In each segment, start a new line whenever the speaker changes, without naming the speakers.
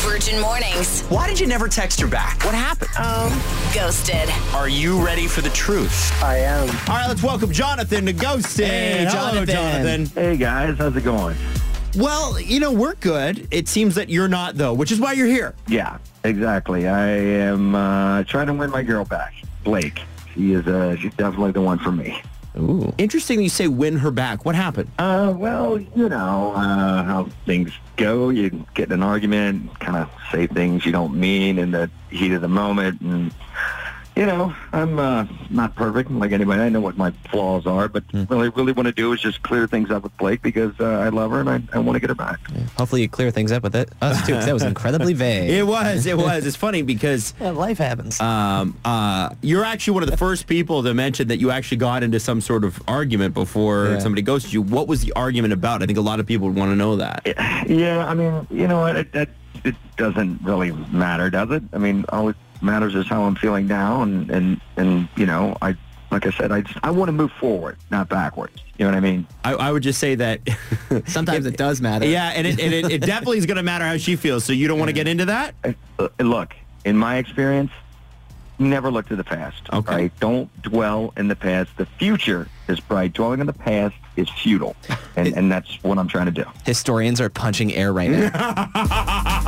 Virgin Mornings.
Why did you never text her back? What happened?
Oh, ghosted.
Are you ready for the truth?
I am.
All right, let's welcome Jonathan to Ghosted.
Hey, hello, Jonathan.
Hey guys, how's it going?
Well, you know, we're good. It seems that you're not, though, which is why you're here.
Yeah, exactly. I am uh, trying to win my girl back, Blake. She is. Uh, she's definitely the one for me.
Ooh. Interesting that you say win her back. What happened?
Uh, well, you know uh, how things go. You get in an argument, kind of say things you don't mean in the heat of the moment, and you know I'm uh, not perfect like anybody. I know what my flaws are, but what I really want to do is just clear things up with Blake because uh, I love her and I, I want to get her back.
Hopefully you clear things up with it. Us too, 'cause that was incredibly vague.
It was. It was. It's funny because
Yeah, life happens.
um, uh, you're actually one of the first people to mention that you actually got into some sort of argument before
Yeah.
somebody ghosted you. What was the argument about? I think a lot of people would want to know that.
Yeah, I mean, you know what? It, it, it doesn't really matter, does it? I mean, all it matters is how I'm feeling now, and and and you know, I like I said, I just, I want to move forward, not backwards. You know what I mean?
I, I would just say that.
Sometimes it does matter.
yeah, and it, and it, it definitely is going to matter how she feels. So you don't want to get into that.
I, uh, look, in my experience, never look to the past.
Okay.
right? Don't dwell in the past. The future is bright. Dwelling in the past is futile, and and that's what I'm trying to do.
Historians are punching air right now.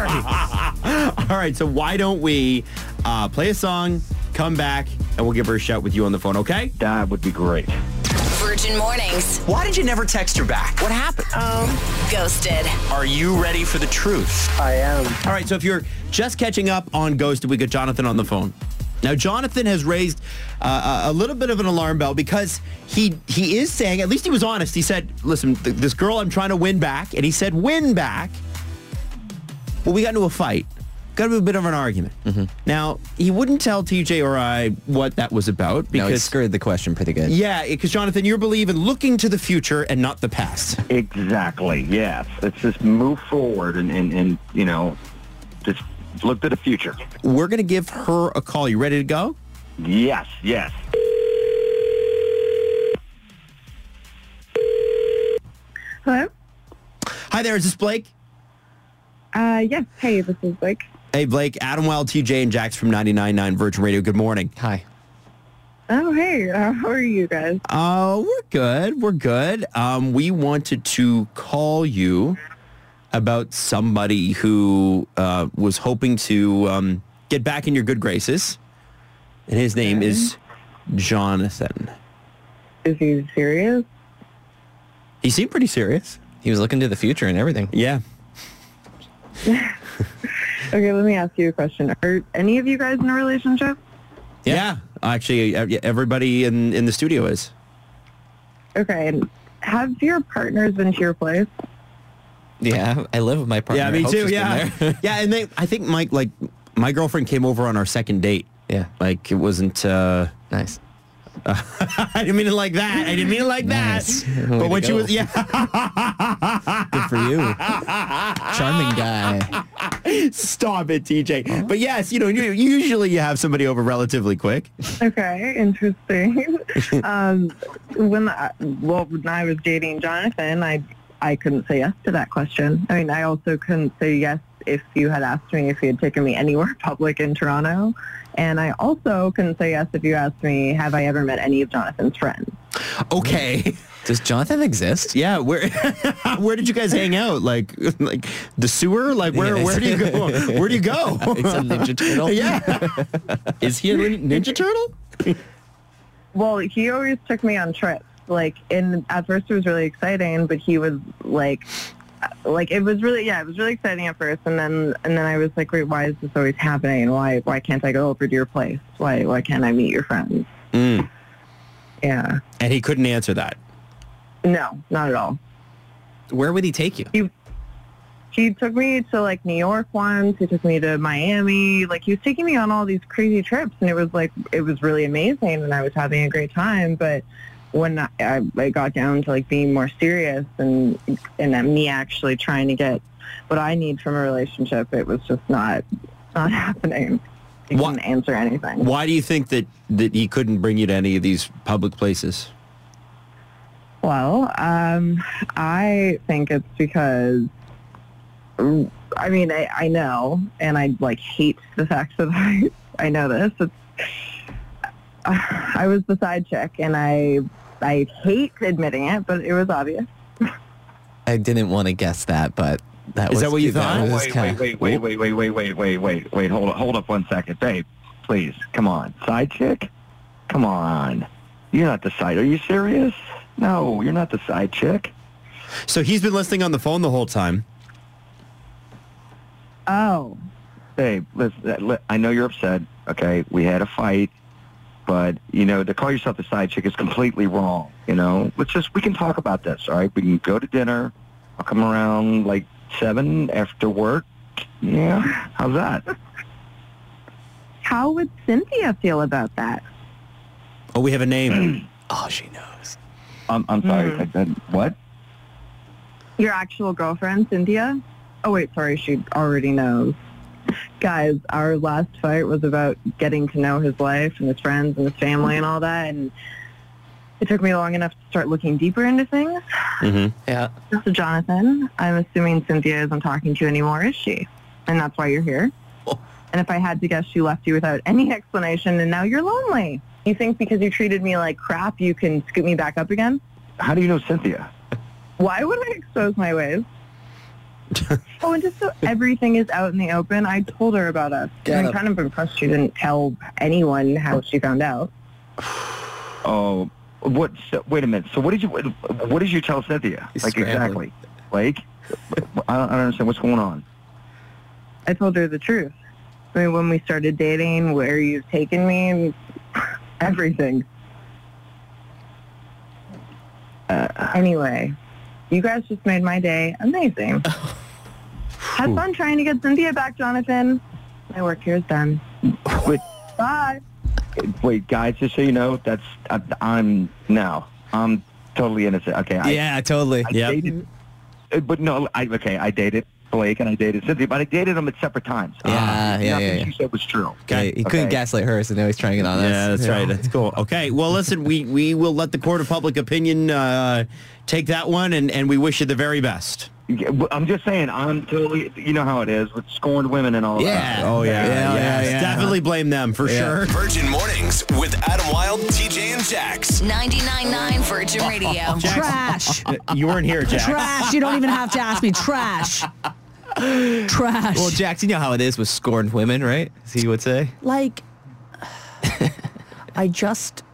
All right. So why don't we uh, play a song, come back, and we'll give her a shout with you on the phone. Okay.
That would be great.
Virgin Mornings.
Why did you never text her back? What happened?
Oh, ghosted.
Are you ready for the truth?
I am.
All right, so if you're just catching up on Ghosted, we got Jonathan on the phone. Now, Jonathan has raised uh, a a little bit of an alarm bell because he he is saying, at least he was honest. He said, "Listen, th- this girl I'm trying to win back," and he said, "Win back." Well, we got into a fight, got into a bit of an argument. Now, he wouldn't tell TJ or I what that was about
no, he
because
screwed the question pretty good.
yeah, because Jonathan, you're believing looking to the future and not the past.
Exactly. Yes. Let's just move forward and, and, and you know, just look to the future.
We're gonna give her a call. You ready to go?
Yes. Yes.
Hello.
Hi there, is this Blake?
Uh, yes. Hey, this is Blake.
Hey, Blake, Adam Wild, TJ, and Jax from 99.9 Virgin Radio. Good morning.
Hi.
Oh, hey. Uh, how are you guys?
Uh, we're good. We're good. Um, we wanted to call you about somebody who uh, was hoping to um, get back in your good graces. And his name is Jonathan.
Is he serious?
He seemed pretty serious.
He was looking to the future and everything.
Yeah.
Okay, let me ask you a question. Are any of you guys in a relationship?
Yeah. Actually, e- everybody in, in the studio is.
Okay. And have your partners been to your place?
Yeah, I live with my partner.
yeah, me
Hope's
too.
just in
Yeah.
there.
yeah. And they, I think Mike, like, my girlfriend came over on our second date.
yeah,
Like, it wasn't. Uh,
nice.
I didn't mean it like that. I didn't mean it like
Nice.
that.
Way
But
to
when she
go.
was, yeah,
Good for you. Charming guy.
stop it, TJ. But yes, you know, you, usually you have somebody over relatively quick.
Okay, interesting. um, when I, well, when I was dating Jonathan, I I couldn't say yes to that question. I mean, I also couldn't say yes if you had asked me if you had taken me anywhere public in Toronto, and I also couldn't say yes if you asked me, have I ever met any of Jonathan's friends?
Okay.
Does Jonathan exist?
Yeah. Where where did you guys hang out? Like like the sewer? Like where
Yes.
where do you go? Where do you go?
It's a Ninja Turtle.
yeah. Is he a ninja turtle?
Well, he always took me on trips. Like, and at first it was really exciting, but he was like, like it was really, yeah, it was really exciting at first, and then and then I was like, wait, why is this always happening? Why why can't I go over to your place? Why why can't I meet your friends? Yeah,
And he couldn't answer that.
no, not at all.
Where would he take you?
He took me to like New York once. He took me to Miami. Like he was taking me on all these crazy trips, and it was like it was really amazing, and I was having a great time. But when I, I, I got down to like being more serious and and then me actually trying to get what I need from a relationship, it was just not not happening. He
Why-
couldn't answer anything.
Why do you think that that he couldn't bring you to any of these public places?
Well, um, I think it's because I mean, I, I know, and I like hate the fact that I, I know this. It's, I was the side chick, and I, I hate admitting it, but it was obvious.
I didn't want to guess that, but that
Is
was
that what you thought?
was
wait,
kinda-
wait, wait, wait, wait, wait, wait, wait, wait, wait, wait. Hold up, hold up one second, babe. Please, come on. Side chick? Come on. You're not the side. Are you serious? No, you're not the side chick.
So he's been listening on the phone the whole time.
Oh,
Babe, listen, uh, li- I know you're upset. Okay, we had a fight, but you know to call yourself the side chick is completely wrong. You know, let's just we can talk about this. All right, we can go to dinner. I'll come around like seven after work. Yeah, how's that?
how would Cynthia feel about that?
Oh, we have a name.
Oh, she knows.
I'm, I'm sorry.
Hmm.
I, I, what?
Your actual girlfriend, Cynthia? Oh, wait, sorry, she already knows. Guys, our last fight was about getting to know his life and his friends and his family and all that, and it took me long enough to start looking deeper into things.
Yeah.
So, Jonathan, I'm assuming Cynthia isn't talking to you anymore, is she? And that's why you're here. And if I had to guess, she left you without any explanation, and now you're lonely. You think because you treated me like crap, you can scoop me back up again?
How do you know Cynthia?
Why would I expose my ways? oh, and just so everything is out in the open, I told her about us.
Get
I'm
up.
kind of impressed she didn't tell anyone how she found out.
Oh, what? So, wait a minute. So what did you? What, what did you tell Cynthia?
He's
like
scrambling.
exactly. Like, I don't, I don't understand what's going on.
I told her the truth. I mean, when we started dating, where you've taken me, and everything. Uh, anyway, you guys just made my day amazing. Have fun trying to get Cynthia back, Jonathan. My work here is done.
Wait,
Bye.
wait, guys. Just so you know, that's I, I'm now. I'm totally innocent. Okay. I,
Yeah, totally.
I
Yep.
dated, uh, but no. I okay. I dated Blake and I dated Cynthia, but I dated them at separate times.
Yeah,
Ah,
yeah,
nothing
yeah, yeah.
She said was true.
Yeah, he couldn't
Okay.
gaslight her, so now he's trying it on us.
yeah, that's right. That's cool. Okay. Well, listen, we, we will let the court of public opinion uh, take that one, and, and we wish you the very best.
Yeah, well, I'm just saying. I'm totally. You know how it is with scorned women and all that.
Yeah. Oh, yeah. Yeah, yeah, yeah.
Definitely blame them for sure.
Virgin Mornings with Adam Wilde, TJ, and Jax.
99.9 Virgin Radio.
Trash.
uh, You weren't here, Jack.
Trash. You don't even have to ask me. Trash. Trash.
Well, Jackson, you know how it is with scorned women, right? As he would say.
like, I just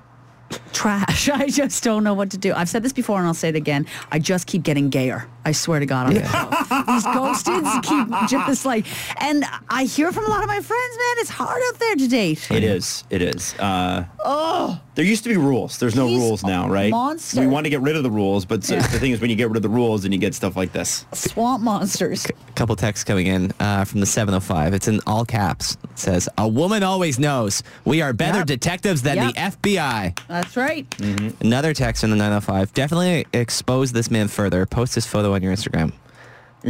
trash. I just don't know what to do. I've said this before and I'll say it again. I just keep getting gayer. I swear to God on the show. These ghosteds keep just like, and I hear from a lot of my friends, man, it's hard out there to date.
It is. It is. Uh, oh. There used to be rules. There's no
He's
rules now, right?
monster.
We want to get rid of the rules, but so- the thing is, when you get rid of the rules, and you get stuff like this.
Swamp monsters.
A couple texts coming in uh, from the 705. It's in all caps. It says, A woman always knows. We are better
Yep.
detectives than
Yep.
the FBI.
That's right.
Another text from the 905. Definitely expose this man further. Post his photo on your Instagram.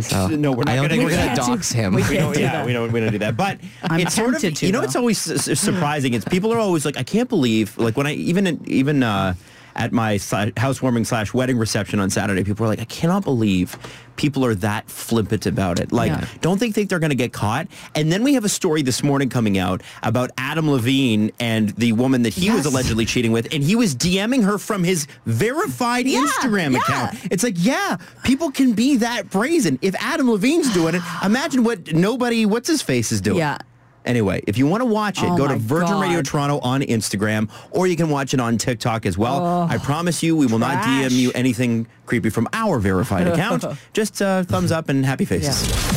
So,
no, we're not
I don't
gonna
think
do
we're going to
that.
dox him.
We
We
can't
don't,
do
yeah,
that.
we don't. We don't do that. But
I'm
it's sort of.
tempted to,
you know,
though.
it's always su- su- surprising. It's people are always like, I can't believe. Like when I even even uh, at my si- housewarming slash wedding reception on Saturday, people were like, I cannot believe people are that flippant about it. Like,
Yeah.
don't they think they're going to get caught? And then we have a story this morning coming out about Adam Levine and the woman that he
Yes.
was allegedly cheating with, and he was DMing her from his verified
Yeah,
Instagram
yeah.
account. It's like, yeah, people can be that brazen. If Adam Levine's doing it, imagine what nobody, what's his face is doing.
Yeah.
Anyway, if you want to watch it,
Oh
go to
my
Virgin Radio
God.
Toronto on Instagram, or you can watch it on TikTok as well. I promise you, we will not
Oh,
DM
trash.
you anything creepy from our verified account. Just uh, thumbs up and happy faces.